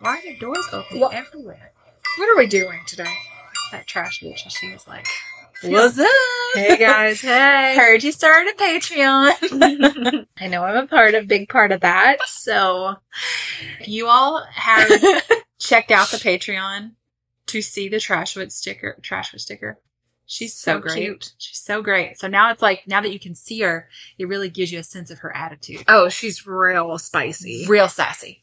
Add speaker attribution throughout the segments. Speaker 1: Why are there doors open
Speaker 2: Wha-
Speaker 1: everywhere? What are we doing today? That trash bitch, and she was like,
Speaker 2: What's up?
Speaker 1: hey guys, hey.
Speaker 2: Heard you started a Patreon.
Speaker 1: I know I'm a part of, big part of that. So if you all have checked out the Patreon to see the Trashwood sticker, Trashwood sticker. She's so,
Speaker 2: So great.
Speaker 1: cute. She's so great. So now it's like, now that you can see her, it really gives you a sense of her attitude.
Speaker 2: oh, she's real spicy.
Speaker 1: Real sassy.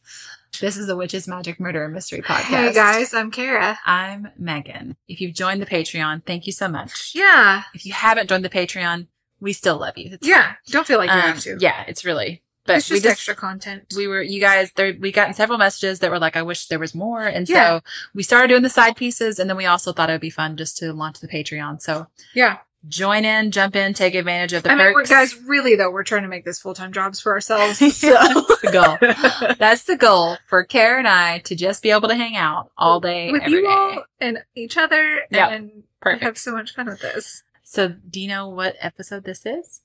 Speaker 1: This is the Witch's Magic Murder and Mystery Podcast.
Speaker 2: Hey guys, I'm Kara.
Speaker 1: I'm Megan. If you've joined the Patreon, thank you so much.
Speaker 2: Yeah,
Speaker 1: If you haven't joined the Patreon, we still love you. It's
Speaker 2: yeah. Don't feel like
Speaker 1: fine.
Speaker 2: you
Speaker 1: Um,
Speaker 2: have to.
Speaker 1: Yeah, it's really. But
Speaker 2: it's
Speaker 1: we
Speaker 2: just
Speaker 1: just
Speaker 2: extra content.
Speaker 1: we were you guys there we gotten several messages that were like, I wish there was more. And
Speaker 2: Yeah.
Speaker 1: so we started doing the side pieces and then we also thought it would be fun just to launch the Patreon. So
Speaker 2: yeah,
Speaker 1: join in, jump in, take advantage of the
Speaker 2: I mean, we're,
Speaker 1: perks.
Speaker 2: guys, really though, we're trying to make this full time jobs for ourselves. So.
Speaker 1: That's the goal. That's the goal for Kara and I to just be able to hang out all day,
Speaker 2: with
Speaker 1: every
Speaker 2: you
Speaker 1: day.
Speaker 2: all and each other,
Speaker 1: Yep.
Speaker 2: and
Speaker 1: Perfect.
Speaker 2: have so much fun with this.
Speaker 1: So do you know what episode this is?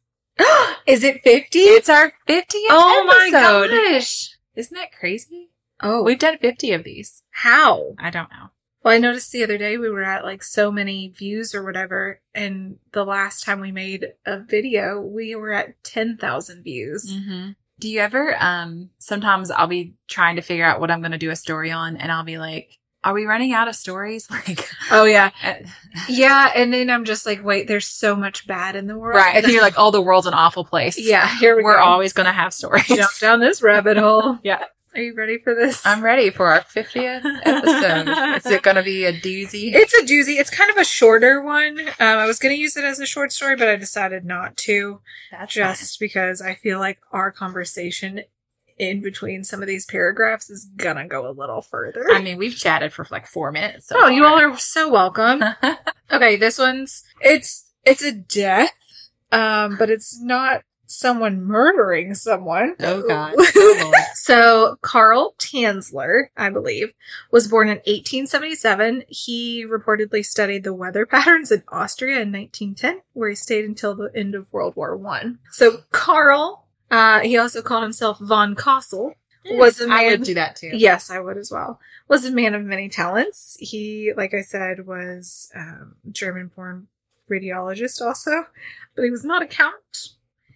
Speaker 2: Is it fifty?
Speaker 1: It's our 50th
Speaker 2: oh
Speaker 1: episode.
Speaker 2: my gosh!
Speaker 1: Isn't that crazy?
Speaker 2: Oh,
Speaker 1: We've done 50 of these.
Speaker 2: how?
Speaker 1: I don't know.
Speaker 2: Well, I noticed the other day we were at like so many views or whatever, and the last time we made a video, we were at 10,000 views.
Speaker 1: Mm-hmm. Do you ever, um, sometimes I'll be trying to figure out what I'm going to do a story on and I'll be like, are we running out of stories? Like,
Speaker 2: Oh, yeah.
Speaker 1: uh,
Speaker 2: Yeah. And then I'm just like, wait, there's so much bad in the world.
Speaker 1: right. And then you're like, oh, the world's an awful place.
Speaker 2: yeah, here we
Speaker 1: We're
Speaker 2: go.
Speaker 1: always going to have stories.
Speaker 2: jump down this rabbit hole.
Speaker 1: Yeah.
Speaker 2: Are you ready for this?
Speaker 1: I'm ready for our 50th episode. Is it going to be a doozy?
Speaker 2: It's a doozy. It's kind of a shorter one. Um, I was going to use it as a short story, but I decided not to
Speaker 1: That's
Speaker 2: just because I feel like our conversation in between some of these paragraphs is going to go a little further.
Speaker 1: fine. I mean, we've chatted for like four minutes. So Oh,
Speaker 2: oh, you all are so welcome.
Speaker 1: are.
Speaker 2: okay, this one's it's it's a death, um, but it's not someone murdering someone.
Speaker 1: oh, God. Oh, Lord.
Speaker 2: So Carl Tansler, I believe, was born in 1877. He reportedly studied the weather patterns in Austria in 1910, where he stayed until the end of World War One. So Carl, uh, he also called himself von Kossel, was a
Speaker 1: I
Speaker 2: man-
Speaker 1: would do that too.
Speaker 2: Yes, I would as well. Was a man of many talents. He, like I said, was um, German-born radiologist also, but he was not a count.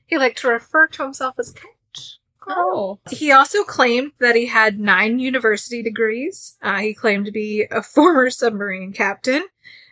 Speaker 2: He liked to refer to himself as count.
Speaker 1: Oh.
Speaker 2: He also claimed that he had nine university degrees. Uh, he claimed to be a former submarine captain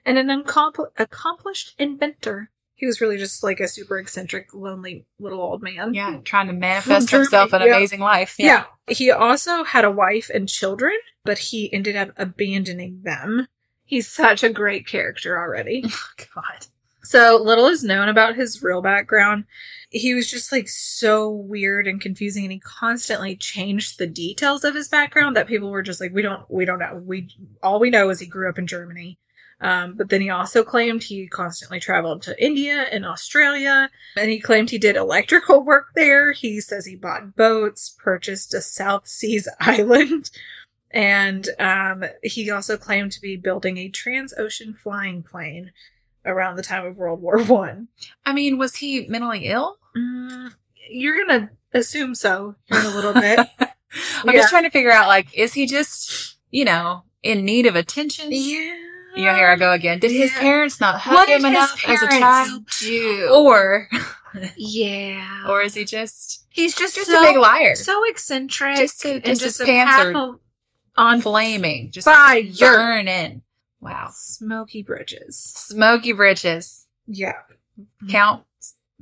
Speaker 2: and an uncompl- accomplished inventor. He was really just like a super eccentric, lonely little old man.
Speaker 1: Yeah, trying to manifest
Speaker 2: Germany,
Speaker 1: himself an
Speaker 2: yeah.
Speaker 1: amazing life.
Speaker 2: Yeah. He also had a wife and children, but he ended up abandoning them. He's such a great character already.
Speaker 1: God.
Speaker 2: so little is known about his real background. He was just like so weird and confusing and he constantly changed the details of his background that people were just like we don't we don't know. We all we know is he grew up in Germany. Um, but then he also claimed he constantly traveled to India and Australia, and he claimed he did electrical work there. He says he bought boats, purchased a South Seas island, and um, he also claimed to be building a transocean flying plane around the time of World War One.
Speaker 1: I mean, was he mentally ill?
Speaker 2: Mm, you're gonna assume so here in a little bit.
Speaker 1: I'm
Speaker 2: Yeah.
Speaker 1: just trying to figure out, like, is he just, you know, in need of attention?
Speaker 2: yeah.
Speaker 1: You know, here I go again. Did his
Speaker 2: Yeah.
Speaker 1: parents not hug
Speaker 2: What did
Speaker 1: him
Speaker 2: his
Speaker 1: enough as a
Speaker 2: parents
Speaker 1: child?
Speaker 2: do?
Speaker 1: Or,
Speaker 2: Yeah.
Speaker 1: or is he just
Speaker 2: he's just,
Speaker 1: just
Speaker 2: so,
Speaker 1: a big liar,
Speaker 2: so eccentric
Speaker 1: Just a-
Speaker 2: and
Speaker 1: just
Speaker 2: just,
Speaker 1: his
Speaker 2: a
Speaker 1: pants are
Speaker 2: patho-
Speaker 1: on flaming, just
Speaker 2: fire,
Speaker 1: burning? Wow,
Speaker 2: smoky bridges.
Speaker 1: smoky britches,
Speaker 2: Yeah.
Speaker 1: Count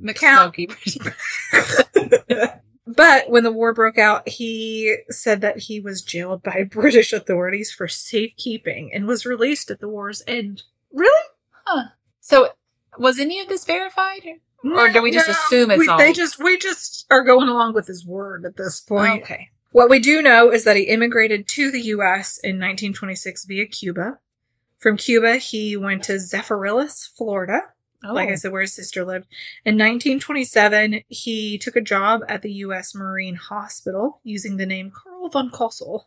Speaker 2: Mm-hmm. Count.
Speaker 1: McSmoky britches.
Speaker 2: But when the war broke out, he said that he was jailed by British authorities for safekeeping and was released at the war's end. Really?
Speaker 1: So, was any of this verified? Or do we just assume it's
Speaker 2: we,
Speaker 1: all-
Speaker 2: They just we just are going along with his word at this point.
Speaker 1: Okay.
Speaker 2: What we do know is that he immigrated to the U.S. in 1926 via Cuba. From Cuba, he went to Zephyrhills, Florida,
Speaker 1: Oh.
Speaker 2: like I said, where his sister lived. In 1927, he took a job at the U.S. Marine Hospital using the name Carl von Kossel.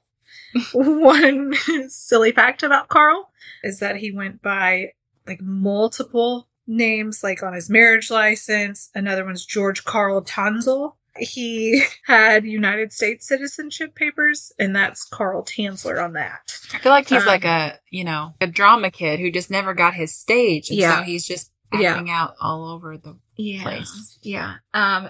Speaker 2: One silly fact about Carl is that he went by like multiple names, like on his marriage license. Another one's George Carl Tanzel. He had United States citizenship papers, and that's Carl Tansler on that.
Speaker 1: I feel like he's
Speaker 2: Um,
Speaker 1: like a you know a drama kid who just never got his stage, and
Speaker 2: Yeah.
Speaker 1: so he's just
Speaker 2: Yeah.
Speaker 1: acting out all over the.
Speaker 2: yeah.
Speaker 1: place.
Speaker 2: Yeah. Um,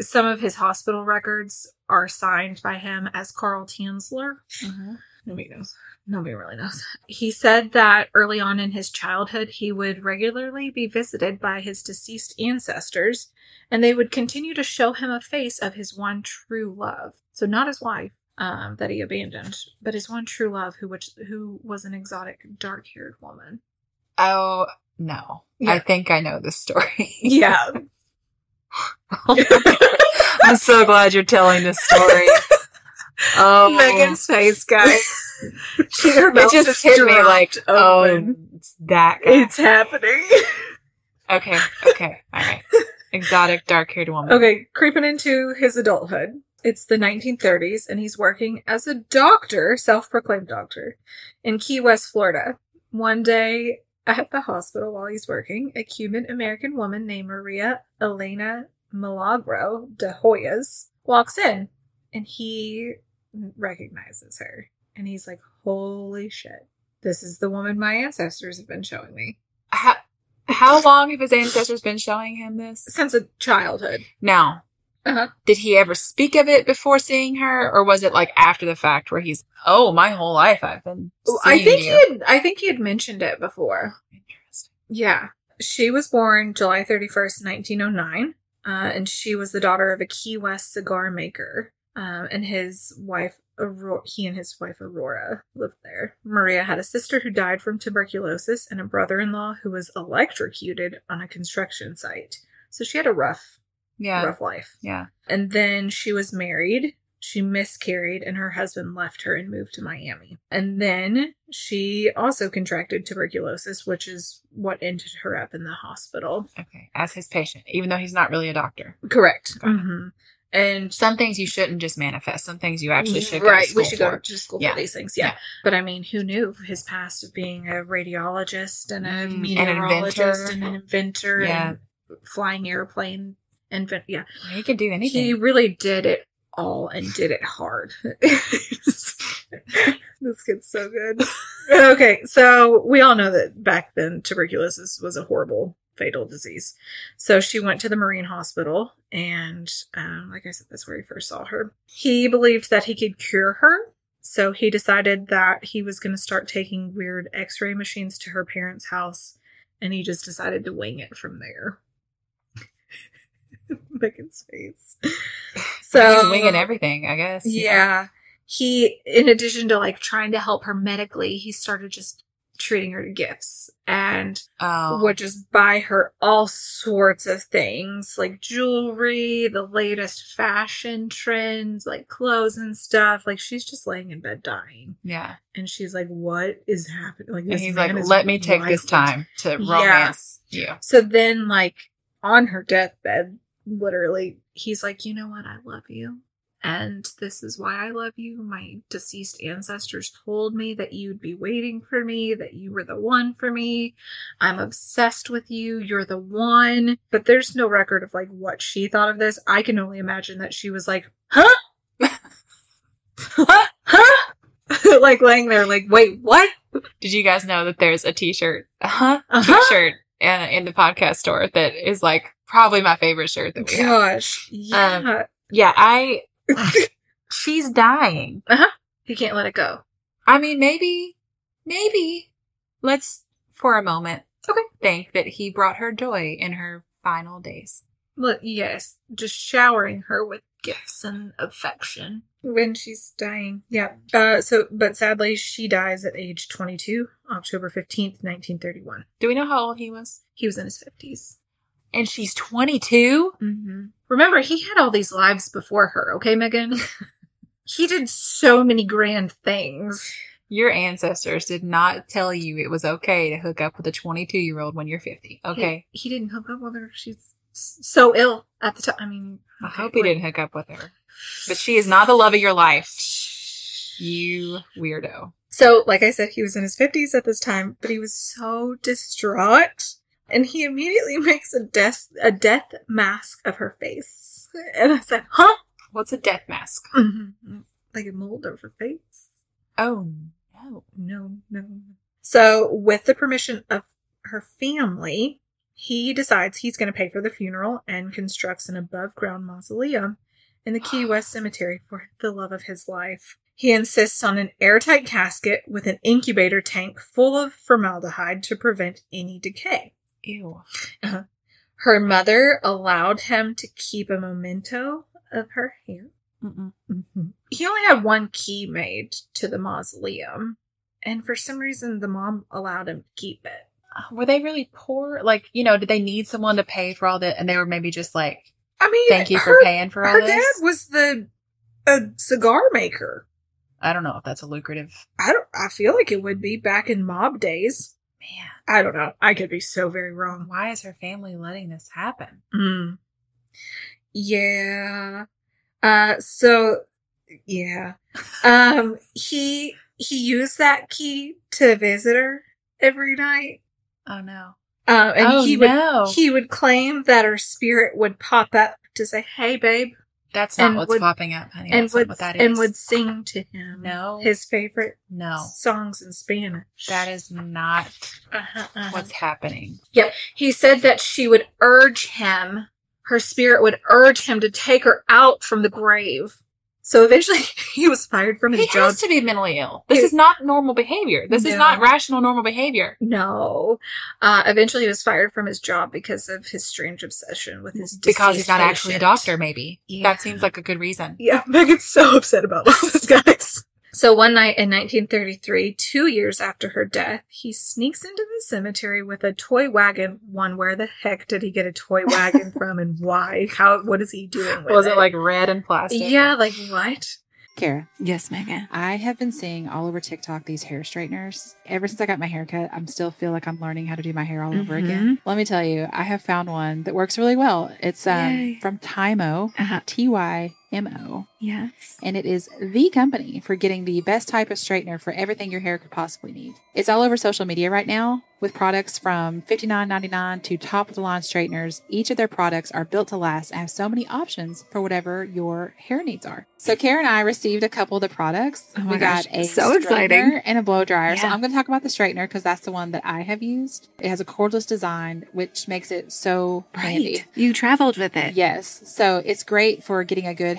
Speaker 2: some of his hospital records are signed by him as Carl Tansler. Mm-hmm. Nobody knows. Nobody really knows. He said that early on in his childhood, he would regularly be visited by his deceased ancestors, and they would continue to show him a face of his one true love. So not his wife um, that he abandoned, but his one true love, who which who was an exotic dark-haired woman.
Speaker 1: Oh no!
Speaker 2: Yeah.
Speaker 1: I think I know this story.
Speaker 2: Yeah,
Speaker 1: I'm so glad you're telling this story. Oh,
Speaker 2: Megan's face, guys. She- her
Speaker 1: it
Speaker 2: mouth
Speaker 1: just, hit me
Speaker 2: dropped
Speaker 1: like, oh,
Speaker 2: open.
Speaker 1: it's that guy.
Speaker 2: it's happening.
Speaker 1: okay, okay, all right. Exotic dark-haired woman.
Speaker 2: Okay, creeping into his adulthood. It's the 1930s, and he's working as a doctor, self proclaimed doctor, in Key West, Florida. One day at the hospital while he's working, a Cuban American woman named Maria Elena Milagro de Hoyas walks in, and he recognizes her. And he's like, Holy shit, this is the woman my ancestors have been showing me
Speaker 1: How, how long have his ancestors been showing him this?
Speaker 2: since a childhood.
Speaker 1: Now,
Speaker 2: Uh-huh.
Speaker 1: did he ever speak of it before seeing her, or was it like after the fact where he's, oh, my whole life I've been.
Speaker 2: Oh, I
Speaker 1: seeing
Speaker 2: think he
Speaker 1: you."
Speaker 2: had I think he had mentioned it before.
Speaker 1: Interesting.
Speaker 2: Yeah. She was born July 31st, 1909, uh, and she was the daughter of a Key West cigar maker. Um, and his wife, Aurora, he and his wife Aurora lived there. Maria had a sister who died from tuberculosis and a brother in law who was electrocuted on a construction site. So she had a rough,
Speaker 1: Yeah,
Speaker 2: rough life.
Speaker 1: yeah.
Speaker 2: And then she was married. She miscarried and her husband left her and moved to Miami. And then she also contracted tuberculosis, which is what ended her up in the hospital.
Speaker 1: Okay, as his patient, even though he's not really a doctor.
Speaker 2: Correct.
Speaker 1: Got it.
Speaker 2: hmm And
Speaker 1: Some things you shouldn't just manifest. Some things you actually should. Go
Speaker 2: Mm-hmm. right,
Speaker 1: to
Speaker 2: we
Speaker 1: school
Speaker 2: should
Speaker 1: for.
Speaker 2: go to school
Speaker 1: Yeah.
Speaker 2: for these things. Yeah.
Speaker 1: Yeah.
Speaker 2: But I mean, who knew his past of being a radiologist and
Speaker 1: Mm,
Speaker 2: a
Speaker 1: an
Speaker 2: meteorologist
Speaker 1: inventor.
Speaker 2: and an inventor
Speaker 1: Yeah.
Speaker 2: and flying airplane invent yeah.
Speaker 1: He could do anything.
Speaker 2: He really did it all and did it hard. this kid's so good. okay, so we all know that back then tuberculosis was a horrible, fatal disease. So she went to the Marine Hospital, and um, like I said, that's where he first saw her. He believed that he could cure her. So he decided that he was going to start taking weird x ray machines to her parents' house, and he just decided to wing it from there. Megan's face. So
Speaker 1: he's winging everything, I guess.
Speaker 2: yeah. He, in addition to like trying to help her medically, he started just treating her to gifts and
Speaker 1: Oh,
Speaker 2: would just buy her all sorts of things like jewelry, the latest fashion trends, like clothes and stuff. Like she's just laying in bed dying.
Speaker 1: yeah. And
Speaker 2: And she's like, what is happening? Like,
Speaker 1: he's
Speaker 2: man
Speaker 1: like,
Speaker 2: is
Speaker 1: "Let me take this
Speaker 2: wild."
Speaker 1: time to
Speaker 2: Yeah.
Speaker 1: romance you."
Speaker 2: So then, like, on her deathbed, literally, he's like, You know what? I love you. And this is why I love you. My deceased ancestors told me that you'd be waiting for me, that you were the one for me. I'm obsessed with you. You're the one. But there's no record of like what she thought of this. I can only imagine that she was like, huh? huh? Huh? like laying there, like, wait, what?
Speaker 1: Did you guys know that there's a T-shirt, uh-huh,
Speaker 2: Uh-huh.
Speaker 1: T-shirt, uh, in the podcast store that is like probably my favorite shirt that we have.
Speaker 2: Gosh. Yeah.
Speaker 1: Yeah, I. she's dying.
Speaker 2: he can't let it go.
Speaker 1: I mean, maybe, maybe. Let's for a moment,
Speaker 2: Okay.
Speaker 1: think that he brought her joy in her final days.
Speaker 2: Well, yes, just showering her with gifts and affection when she's dying. Yeah. Uh, so, but sadly, she dies at age 22, October 15th, 1931.
Speaker 1: Do we know how old he was?
Speaker 2: He was in his 50s.
Speaker 1: And she's 22.
Speaker 2: Mm-hmm. Remember, he had all these lives before her. Okay, Megan. he did so many grand things.
Speaker 1: Your ancestors did not tell you it was okay to hook up with a 22 year old when you're 50. Okay.
Speaker 2: He, he didn't hook up with her. She's s- so ill at the time. I mean,
Speaker 1: I
Speaker 2: okay,
Speaker 1: hope he
Speaker 2: wait.
Speaker 1: didn't hook up with her. But she is not the love of your life. You weirdo.
Speaker 2: So, like I said, he was in his 50s at this time, but he was so distraught and he immediately makes a death a death mask of her face. And I said, "Huh?
Speaker 3: What's a death mask?
Speaker 2: Mhm. Like a mold of her face?"
Speaker 3: Oh no.
Speaker 2: No, no. So, with the permission of her family, he decides he's going to pay for the funeral and constructs an above ground mausoleum in the Key West Cemetery for the love of his life. He insists on an airtight casket with an incubator tank full of formaldehyde to prevent any decay.
Speaker 3: Ew.
Speaker 2: Her mother allowed him to keep a memento of her hair.
Speaker 3: Mm-mm.
Speaker 2: He only had one key made to the mausoleum, and for some reason, the mom allowed him to keep it.
Speaker 3: Were they really poor? Like, you know, did they need someone to pay for all that? And they were maybe just like,
Speaker 2: I mean,
Speaker 3: thank you for
Speaker 2: her,
Speaker 3: paying for all
Speaker 2: her dad
Speaker 3: this.
Speaker 2: was the a cigar maker.
Speaker 3: I don't know if that's a lucrative
Speaker 2: I don't. I feel like it would be back in mob days.
Speaker 3: man.
Speaker 2: I don't know. I could be so very wrong.
Speaker 3: Why is her family letting this happen?
Speaker 2: Mm. Yeah. Uh so yeah. Um he he used that key to visit her every night.
Speaker 3: Oh no.
Speaker 2: Um and
Speaker 3: oh
Speaker 2: he
Speaker 3: no.
Speaker 2: would he would claim that her spirit would pop up to say, Hey babe
Speaker 3: that's not
Speaker 2: and
Speaker 3: what's
Speaker 2: would-
Speaker 3: popping up, honey.
Speaker 2: and
Speaker 3: that's
Speaker 2: would
Speaker 3: not what that is.
Speaker 2: and would sing to him
Speaker 3: No.
Speaker 2: his favorite
Speaker 3: no.
Speaker 2: songs in Spanish.
Speaker 3: That is not
Speaker 2: uh-huh, uh-huh.
Speaker 3: what's happening.
Speaker 2: He said that she would urge him, her spirit would urge him to take her out from the grave. So eventually he was fired from his
Speaker 3: He
Speaker 2: job.
Speaker 3: has to be mentally ill. This
Speaker 2: He-
Speaker 3: is not normal behavior. This is
Speaker 2: No.
Speaker 3: not rational normal behavior.
Speaker 2: no. Uh, eventually he was fired from his job because of his strange obsession with his
Speaker 3: Because he's
Speaker 2: deceased
Speaker 3: not actually a
Speaker 2: patient.
Speaker 3: doctor, maybe.
Speaker 2: Yeah.
Speaker 3: That seems like a good reason.
Speaker 2: Yeah, Megan's so upset about all this, guys. So one night in 1933, two years after her death, he sneaks into the cemetery with a toy wagon. One, where the heck did he get a toy wagon from, and why? How? What is he doing? With
Speaker 3: Was it like red and plastic?
Speaker 2: Yeah, like what?
Speaker 1: Kara,
Speaker 4: Yes, Megan.
Speaker 1: I have been seeing all over TikTok these hair straighteners. Ever since I got my haircut, I'm still feel like I'm learning how to do my hair all over
Speaker 4: Mm-hmm.
Speaker 1: again. Let me tell you, I have found one that works really well. It's um,
Speaker 4: Yay.
Speaker 1: from Tymo,
Speaker 4: Uh-huh.
Speaker 1: T Y M O,
Speaker 4: Yes.
Speaker 1: and it is the company for getting the best type of straightener for everything your hair could possibly need. It's all over social media right now with products from $59.99 to top of the line straighteners. Each of their products are built to last and have so many options for whatever your hair needs are. So Kara and I received a couple of the products.
Speaker 4: Oh my
Speaker 1: we
Speaker 4: gosh,
Speaker 1: got a
Speaker 4: so exciting.
Speaker 1: straightener and a blow dryer. So
Speaker 4: Yeah.
Speaker 1: I'm going to talk about the straightener because that's the one that I have used. It has a cordless design, which makes it so handy.
Speaker 4: Right. You traveled with it.
Speaker 1: Yes. So it's great for getting a good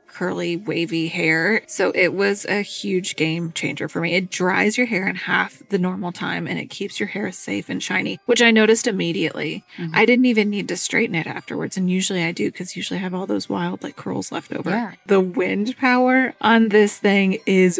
Speaker 4: curly, wavy hair. So it was a huge game changer for me. It dries your hair in half the normal time and it keeps your hair safe and shiny, which I noticed immediately.
Speaker 1: Mhm.
Speaker 4: I didn't even need to straighten it afterwards. And usually I do because usually I have all those wild like curls left over.
Speaker 1: Yeah.
Speaker 4: The wind power on this thing is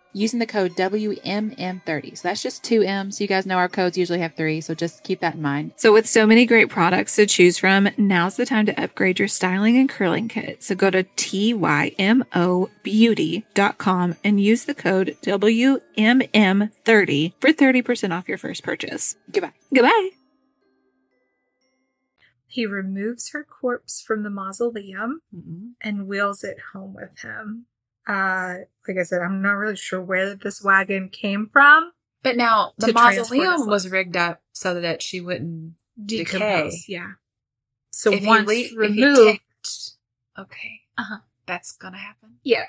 Speaker 1: using the code WMM30. So that's just two M's. You guys know our codes usually have three, so just keep that in mind.
Speaker 4: So, with so many great products to choose from, now's the time to upgrade your styling and curling kit. So, go to TYMOBeauty.com and use the code WMM30 for 30% off your first purchase.
Speaker 1: Goodbye.
Speaker 4: Goodbye.
Speaker 2: He removes her corpse from the mausoleum
Speaker 3: Mm-hmm.
Speaker 1: Mm-mm.
Speaker 2: and wheels it home with him. Uh, like I said, I'm not really sure where this wagon came from.
Speaker 3: But now the
Speaker 2: To transport
Speaker 3: mausoleum
Speaker 2: us.
Speaker 3: was rigged up so that she wouldn't.
Speaker 2: Decompose, yeah. So
Speaker 3: If he
Speaker 2: once
Speaker 3: le- if he
Speaker 2: removed,
Speaker 3: ticked- okay,
Speaker 2: Uh-huh.
Speaker 3: that's gonna happen.
Speaker 2: Yeah.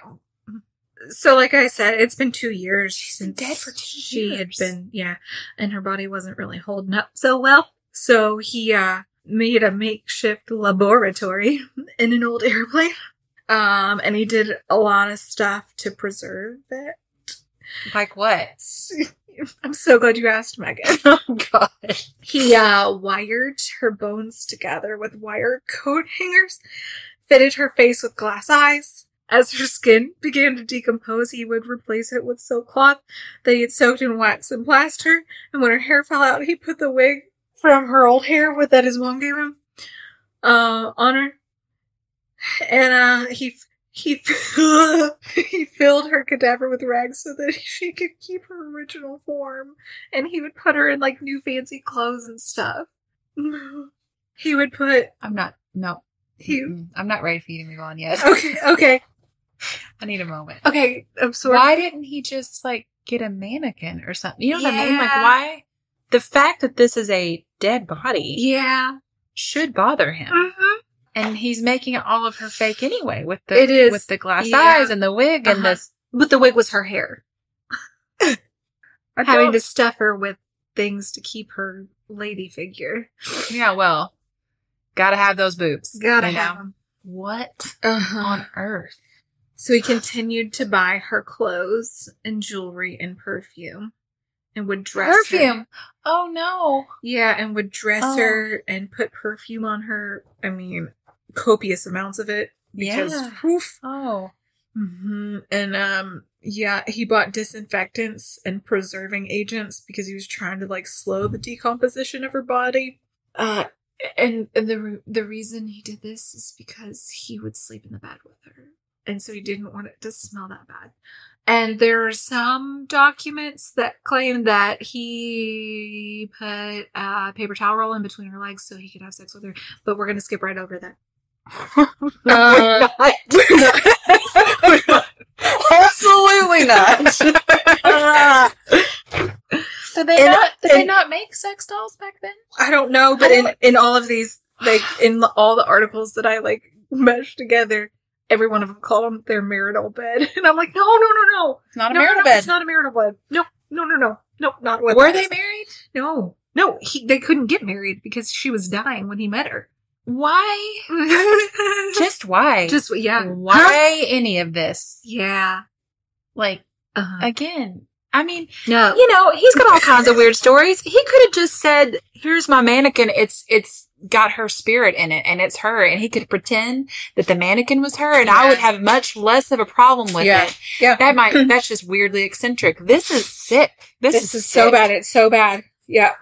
Speaker 2: So, like I said, it's been two years She's
Speaker 3: been
Speaker 2: since
Speaker 3: dead for two
Speaker 2: she had
Speaker 3: years.
Speaker 2: been, yeah, and her body wasn't really holding up so well. So he uh, made a makeshift laboratory in an old airplane.
Speaker 5: Um, and he did a lot of stuff to preserve it.
Speaker 1: Like what?
Speaker 5: I'm so glad you asked, Megan.
Speaker 1: Oh god.
Speaker 5: He uh, wired her bones together with wire coat hangers, fitted her face with glass eyes. As her skin began to decompose, he would replace it with silk cloth that he had soaked in wax and plaster. And when her hair fell out, he put the wig from her old hair with that his mom gave him uh, on her. And uh, he he he filled her cadaver with rags so that she could keep her original form and he would put her in like new fancy clothes and stuff he would put
Speaker 1: I'm not no.
Speaker 5: he
Speaker 1: Mm-mm. I'm not ready for you to move on yet.
Speaker 5: okay okay
Speaker 1: I need a moment.
Speaker 5: okay i'm sorry
Speaker 1: Why didn't he just like get a mannequin or something? You know what I mean? Like
Speaker 5: Yeah.
Speaker 1: why the fact that this is a dead body
Speaker 5: yeah
Speaker 1: should bother him.
Speaker 2: Uh-huh.
Speaker 5: Mhm.
Speaker 1: And he's making all of her fake anyway with the
Speaker 5: It is.
Speaker 1: with the glass
Speaker 5: Yeah.
Speaker 1: eyes and the wig and
Speaker 5: Uh-huh.
Speaker 1: this but the wig was her hair.
Speaker 5: I'm
Speaker 1: don't-
Speaker 5: having to stuff her with things to keep her lady figure
Speaker 1: Yeah, well, gotta have those boobs.
Speaker 5: gotta
Speaker 1: you know?
Speaker 5: have 'em.
Speaker 1: What
Speaker 5: uh-huh
Speaker 1: on earth?
Speaker 5: So he continued to buy her clothes and jewelry and perfume and would dress her-
Speaker 1: Perfume. Oh no.
Speaker 5: Yeah, and would dress
Speaker 1: Oh.
Speaker 5: her and put perfume on her. I mean, copious amounts of it because
Speaker 1: yeah.
Speaker 5: oof.
Speaker 1: Oh.
Speaker 5: hmm And um yeah, he bought disinfectants and preserving agents because he was trying to like slow the decomposition of her body. Uh and, and the re- the reason he did this is because he would sleep in the bed with her. And so he didn't want it to smell that bad. And there are some documents that claim that he put a paper towel roll in between her legs so he could have sex with her. But we're going to skip right over that.
Speaker 1: We're not. We're not. Absolutely not. did they
Speaker 5: And-
Speaker 1: not? Did they
Speaker 5: and-
Speaker 1: not make sex dolls back then?
Speaker 5: I don't know, but in in all of these, like in all the articles that I like meshed together, every one of them called them their marital bed, and I'm like, no, no, no, no,
Speaker 1: It's not
Speaker 5: no, no, It's not a marital bed. No, no, no, no, no, not with
Speaker 1: Were
Speaker 5: us.
Speaker 1: they married?
Speaker 5: No, no, he, they couldn't get married because she was dying when he met her.
Speaker 1: Why? Just why?
Speaker 5: just yeah, Huh?
Speaker 1: why any of this?
Speaker 5: Yeah.
Speaker 1: Like
Speaker 5: Uh-huh.
Speaker 1: again? I mean,
Speaker 5: No.
Speaker 1: you know, he's got all kinds of weird stories. He could have just said, "Here's my mannequin. It's it's got her spirit in it, and it's her." And he could pretend that the mannequin was her, and I would have much less of a problem with
Speaker 5: Yeah.
Speaker 1: it.
Speaker 5: Yeah.
Speaker 1: that might that's just weirdly eccentric. This is sick. This,
Speaker 5: This is so
Speaker 1: sick. Mm.
Speaker 5: bad. It's so bad. Yeah.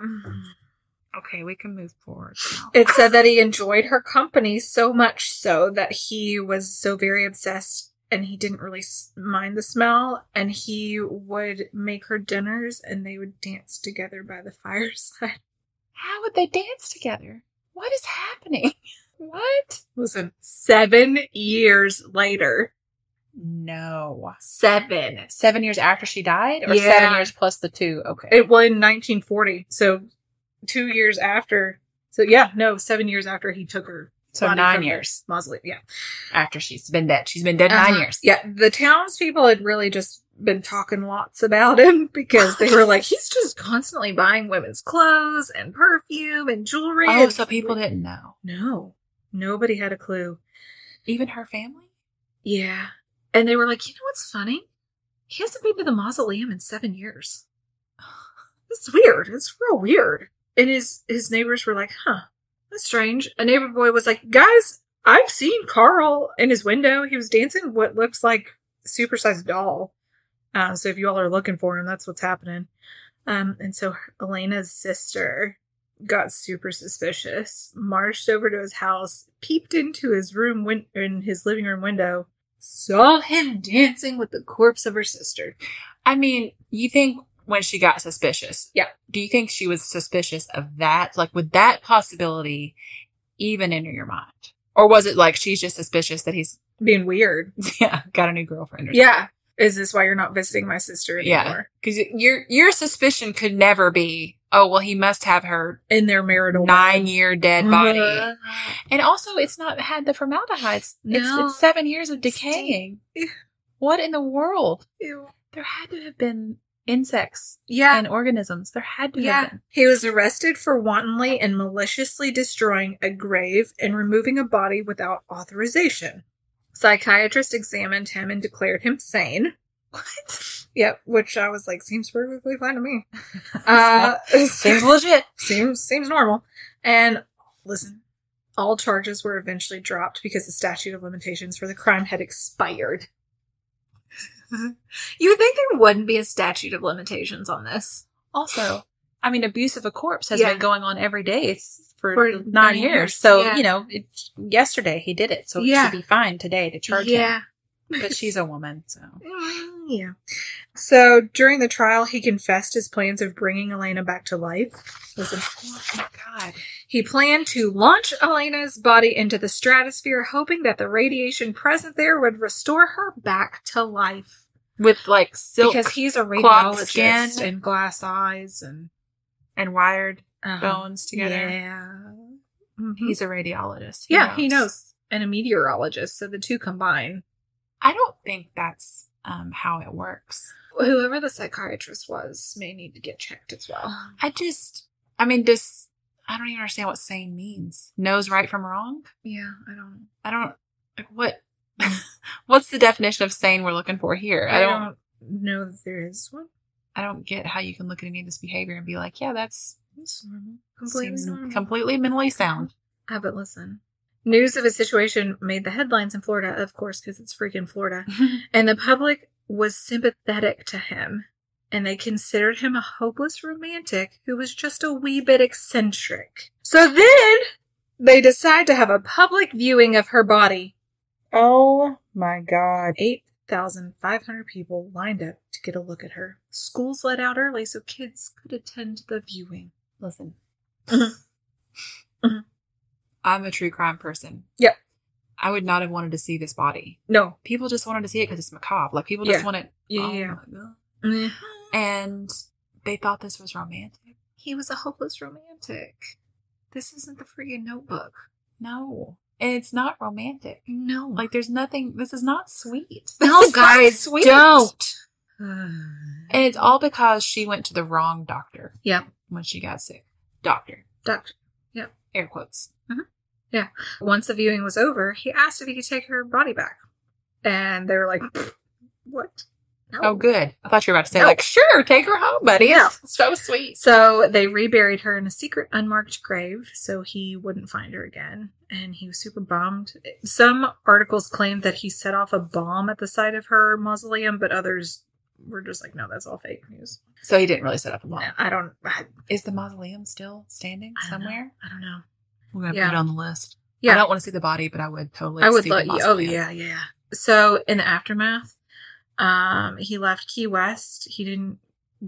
Speaker 1: Okay, we can move forward. now.
Speaker 5: It said that he enjoyed her company so much so that he was so very obsessed and he didn't really s- mind the smell and he would make her dinners and they would dance together by the fireside.
Speaker 1: How would they dance together? What is happening? What?
Speaker 5: Listen, 7 years later.
Speaker 1: No.
Speaker 5: 7.
Speaker 1: Seven years after she died, or
Speaker 5: Yeah.
Speaker 1: seven years plus the two. Okay.
Speaker 5: It was in 1940, so 2 years after. So yeah, no, 7 years after he took her
Speaker 1: so
Speaker 5: body
Speaker 1: nine
Speaker 5: from the
Speaker 1: years
Speaker 5: mausoleum. Yeah.
Speaker 1: after she's been dead. She's been dead
Speaker 5: Uh-huh.
Speaker 1: nine years.
Speaker 5: Yeah, the townspeople had really just been talking lots about him because they were like, he's just constantly buying women's clothes and perfume and jewelry.
Speaker 1: Oh,
Speaker 5: and-"
Speaker 1: so people didn't know.
Speaker 5: No, nobody had a clue.
Speaker 1: Even her family?
Speaker 5: Yeah. And they were like, you know what's funny? He hasn't been to the mausoleum in seven years. It's weird. It's real weird. And his his neighbors were like, huh, that's strange. A neighbor boy was like, guys, I've seen Carl in his window. He was dancing what looks like supersized doll. Uh, so if you all are looking for him, that's what's happening. Um, and so Elena's sister got super suspicious, marched over to his house, peeped into his room win- in his living room window, saw him dancing with the corpse of her sister.
Speaker 1: I mean, you think when she got suspicious.
Speaker 5: Yeah.
Speaker 1: Do you think she was suspicious of that? Like, would that possibility even enter your mind? Or was it like she's just suspicious that he's
Speaker 5: Being weird.
Speaker 1: yeah, got a new girlfriend or
Speaker 5: Yeah. Is this why you're not visiting my sister
Speaker 1: Yeah.
Speaker 5: anymore?
Speaker 1: Because your your suspicion could never be, oh well, he must have her
Speaker 5: In their marital
Speaker 1: nine year dead body.
Speaker 5: Uh,
Speaker 1: and also, it's not had the formaldehyde. It's,
Speaker 5: No.
Speaker 1: it's, it's seven years of decaying.
Speaker 5: Ew.
Speaker 1: What in the world?
Speaker 5: ew.
Speaker 1: There had to have been insects
Speaker 5: Yeah.
Speaker 1: and organisms. There had to have
Speaker 5: Yeah.
Speaker 1: been.
Speaker 5: He was arrested for wantonly and maliciously destroying a grave and removing a body without authorization. Psychiatrist examined him and declared him sane. What? Yep, which I was like, seems perfectly fine to me. Uh,
Speaker 1: Seems legit.
Speaker 5: seems seems normal. And listen, all charges were eventually dropped because the statute of limitations for the crime had expired. you would think there wouldn't be a statute of limitations on this.
Speaker 1: Also, I mean, abuse of a corpse has
Speaker 5: Yeah.
Speaker 1: been going on every day It's for,
Speaker 5: For
Speaker 1: nine,
Speaker 5: nine
Speaker 1: years.
Speaker 5: years,
Speaker 1: So,
Speaker 5: yeah.
Speaker 1: you know, it, yesterday he did it. So
Speaker 5: Yeah.
Speaker 1: it should be fine today to charge him.
Speaker 5: yeah.
Speaker 1: But she's a woman, so.
Speaker 5: Mm, Yeah. So during the trial, he confessed his plans of bringing Elena back to life. Listen,
Speaker 1: Oh my God.
Speaker 5: He planned to launch Elena's body into the stratosphere, hoping that the radiation present there would restore her back to life.
Speaker 1: With like silk
Speaker 5: because he's a
Speaker 1: cloth
Speaker 5: radiologist
Speaker 1: skin.
Speaker 5: and glass eyes and
Speaker 1: and wired
Speaker 5: uh,
Speaker 1: bones together.
Speaker 5: Yeah, Mhm.
Speaker 1: He's a radiologist.
Speaker 5: yeah, he knows, and a meteorologist. So the two combine.
Speaker 1: I don't think that's um, how it works.
Speaker 5: Whoever the psychiatrist was may need to get checked as well.
Speaker 1: I just, I mean, this, I don't even understand what sane means. Knows right from wrong?
Speaker 5: Yeah, I don't.
Speaker 1: I don't, like, what, what's the definition of sane we're looking for here? I don't,
Speaker 5: know that there is one.
Speaker 1: I don't get how you can look at any of this behavior and be like, yeah, that's
Speaker 5: It's normal, completely
Speaker 1: completely,
Speaker 5: normal.
Speaker 1: completely mentally sound.
Speaker 5: Ah, but listen. News of his situation made the headlines in Florida, of course, because it's freaking Florida. And the public was sympathetic to him. And they considered him a hopeless romantic who was just a wee bit eccentric. So then they decide to have a public viewing of her body.
Speaker 1: Oh my God.
Speaker 5: 8,500 people lined up to get a look at her. Schools let out early so kids could attend the viewing.
Speaker 1: Listen,
Speaker 5: Mhm. Mhm.
Speaker 1: I'm a true crime person.
Speaker 5: Yep.
Speaker 1: I would not have wanted to see this body.
Speaker 5: No.
Speaker 1: People just wanted to see it because it's macabre. Like people just
Speaker 5: Yeah.
Speaker 1: want it.
Speaker 5: Yeah,
Speaker 1: oh
Speaker 5: yeah.
Speaker 1: my God.
Speaker 5: Mm.
Speaker 1: And they thought this was romantic.
Speaker 5: He was a hopeless romantic. This isn't the freaking notebook.
Speaker 1: No, and it's not romantic.
Speaker 5: No.
Speaker 1: Like there's nothing. This is not sweet.
Speaker 5: No,
Speaker 1: This is not
Speaker 5: guys, don't.
Speaker 1: And it's all because she went to the wrong doctor.
Speaker 5: Yep.
Speaker 1: When she got sick, doctor
Speaker 5: Doctor.
Speaker 1: air quotes.
Speaker 5: Once the viewing was over, he asked if he could take her body back. And they were like, "Pfft, what? No.
Speaker 1: Oh, good. I thought you were about to say
Speaker 5: No.
Speaker 1: like, sure, take her home, buddy.
Speaker 5: Yeah.
Speaker 1: It's so sweet.
Speaker 5: So they reburied her in a secret unmarked grave so he wouldn't find her again. And he was super bummed. Some articles claimed that he set off a bomb at the site of her mausoleum, but others were just like, no, that's all fake news.
Speaker 1: So he didn't really set up a bomb.
Speaker 5: I don't, I,
Speaker 1: Is the mausoleum still standing
Speaker 5: I don't know.
Speaker 1: somewhere?
Speaker 5: I don't know.
Speaker 1: We're gonna
Speaker 5: Yeah.
Speaker 1: put it on the list.
Speaker 5: Yeah.
Speaker 1: I don't want to see the body, but I would totally.
Speaker 5: I would
Speaker 1: see the
Speaker 5: let you. Oh
Speaker 1: mausoleum.
Speaker 5: yeah, yeah. So in the aftermath, um, he left Key West. He didn't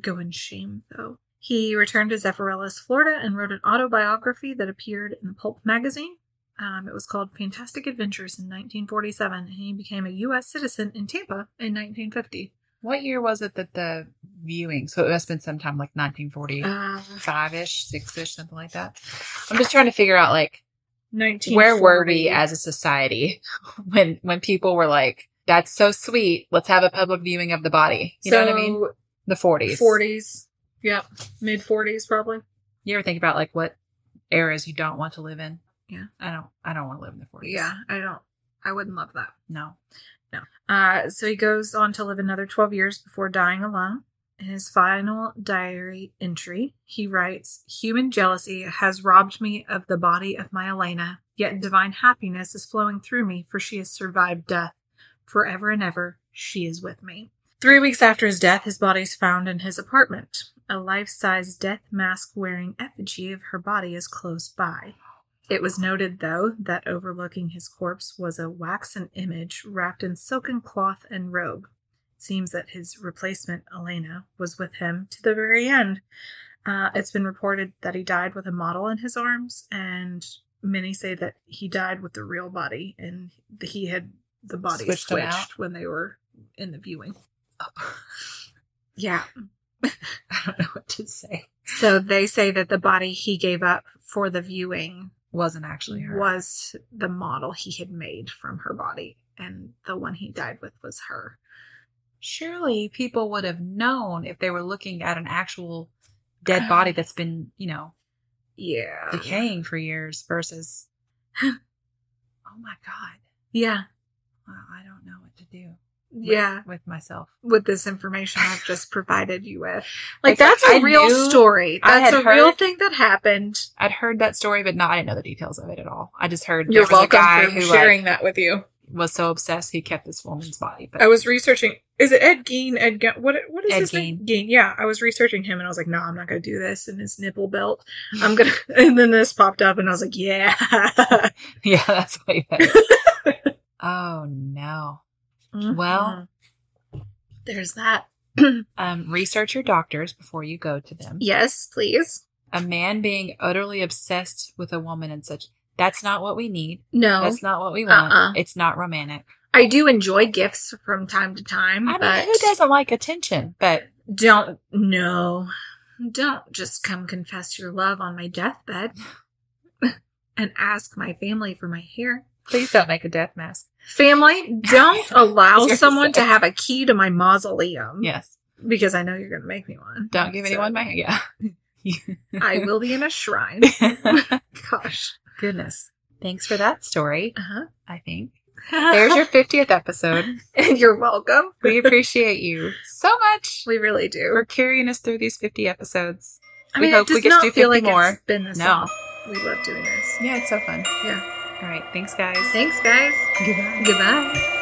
Speaker 5: go in shame though. He returned to Zephyrellis, Florida, and wrote an autobiography that appeared in the Pulp magazine. Um, it was called Fantastic Adventures in 1947, and he became a U.S. citizen in Tampa in 1950.
Speaker 1: What year was it that the viewing? So it must have been sometime like 1945
Speaker 5: Uh,
Speaker 1: ish, six ish, something like that. I'm just trying to figure out like
Speaker 5: 19.
Speaker 1: where were we as a society when when people were like, "That's so sweet. Let's have a public viewing of the body." You know what I mean? The 40s.
Speaker 5: 40s. Yep, mid 40s probably.
Speaker 1: You ever think about like what eras you don't want to live in?
Speaker 5: Yeah.
Speaker 1: I don't. I don't want to live in the 40s.
Speaker 5: Yeah, I don't. I wouldn't love that.
Speaker 1: No.
Speaker 5: Uh, so he goes on to live another 12 years before dying alone. In his final diary entry, he writes Human jealousy has robbed me of the body of my Elena, yet divine happiness is flowing through me, for she has survived death. Forever and ever, she is with me. Three weeks after his death, his body is found in his apartment. A life size death mask wearing effigy of her body is close by. It was noted, though, that overlooking his corpse was a waxen image wrapped in silken cloth and robe. It seems that his replacement, Elena, was with him to the very end. Uh, it's been reported that he died with a model in his arms, and many say that he died with the real body, and he had the body
Speaker 1: Switched them out? Oh.
Speaker 5: switched when they were in the viewing. Yeah.
Speaker 1: I don't know what to say.
Speaker 5: So they say that the body he gave up for the viewing
Speaker 1: Wasn't actually her.
Speaker 5: was the model he had made from her body, and the one he died with was her.
Speaker 1: surely people would have known if they were looking at an actual dead body that's been, you know,
Speaker 5: Yeah.
Speaker 1: decaying for years versus Oh my god.
Speaker 5: Yeah.
Speaker 1: well, I don't know what to do with-
Speaker 5: Yeah.
Speaker 1: with myself.
Speaker 5: with this information I've just provided you with. Like
Speaker 1: It's
Speaker 5: that's
Speaker 1: like
Speaker 5: a
Speaker 1: I
Speaker 5: real
Speaker 1: knew-
Speaker 5: story.
Speaker 1: I
Speaker 5: That's
Speaker 1: had
Speaker 5: a real
Speaker 1: heard-
Speaker 5: thing that happened.
Speaker 1: I'd heard that story, but not I didn't know the details of it at all. I just heard there
Speaker 5: You're
Speaker 1: was a
Speaker 5: welcome
Speaker 1: guy
Speaker 5: for
Speaker 1: who
Speaker 5: sharing
Speaker 1: like,
Speaker 5: that with you.
Speaker 1: was so obsessed he kept this woman's body. But
Speaker 5: I was researching. Is it Ed Gein? Ed Gein? What? What is
Speaker 1: Ed
Speaker 5: his name? Gein. Yeah, I was researching him, and I was like, "No, I'm not going to do this." And his nipple belt. I'm gonna. and then this popped up, and I was like, "Yeah."
Speaker 1: yeah, that's what he did. oh no. Well-
Speaker 5: Mhm. there's that.
Speaker 1: Um, research your doctors before you go to them.
Speaker 5: Yes, please.
Speaker 1: A man being utterly obsessed with a woman and such. That's not what we need.
Speaker 5: No,
Speaker 1: That's not what we want.
Speaker 5: Uh-uh.
Speaker 1: It's not romantic.
Speaker 5: I do enjoy gifts from time to time,
Speaker 1: I mean,
Speaker 5: but
Speaker 1: who doesn't like attention? But
Speaker 5: Don't no. Don't just come confess your love on my deathbed and ask my family for my hair.
Speaker 1: please don't make a death mask.
Speaker 5: Family, don't
Speaker 1: I
Speaker 5: allow
Speaker 1: was gonna
Speaker 5: someone
Speaker 1: say.
Speaker 5: to have a key to my mausoleum
Speaker 1: Yes.
Speaker 5: because I know you're going to make me one.
Speaker 1: Don't give
Speaker 5: So,
Speaker 1: anyone my yeah.
Speaker 5: I will be in a shrine. Gosh.
Speaker 1: Goodness. Thanks for that story,
Speaker 5: Uh-huh.
Speaker 1: I think. There's your 50th episode.
Speaker 5: you're welcome.
Speaker 1: We appreciate you so much
Speaker 5: We really do.
Speaker 1: for carrying us through these 50 episodes.
Speaker 5: I
Speaker 1: we
Speaker 5: mean,
Speaker 1: hope
Speaker 5: it does
Speaker 1: we get to
Speaker 5: not
Speaker 1: do
Speaker 5: feel
Speaker 1: 50
Speaker 5: like
Speaker 1: more.
Speaker 5: it's been this
Speaker 1: No.
Speaker 5: long. We love doing this.
Speaker 1: Yeah, it's so fun.
Speaker 5: Yeah.
Speaker 1: All right. Thanks, guys.
Speaker 5: Thanks, guys.
Speaker 1: Goodbye.
Speaker 5: Goodbye.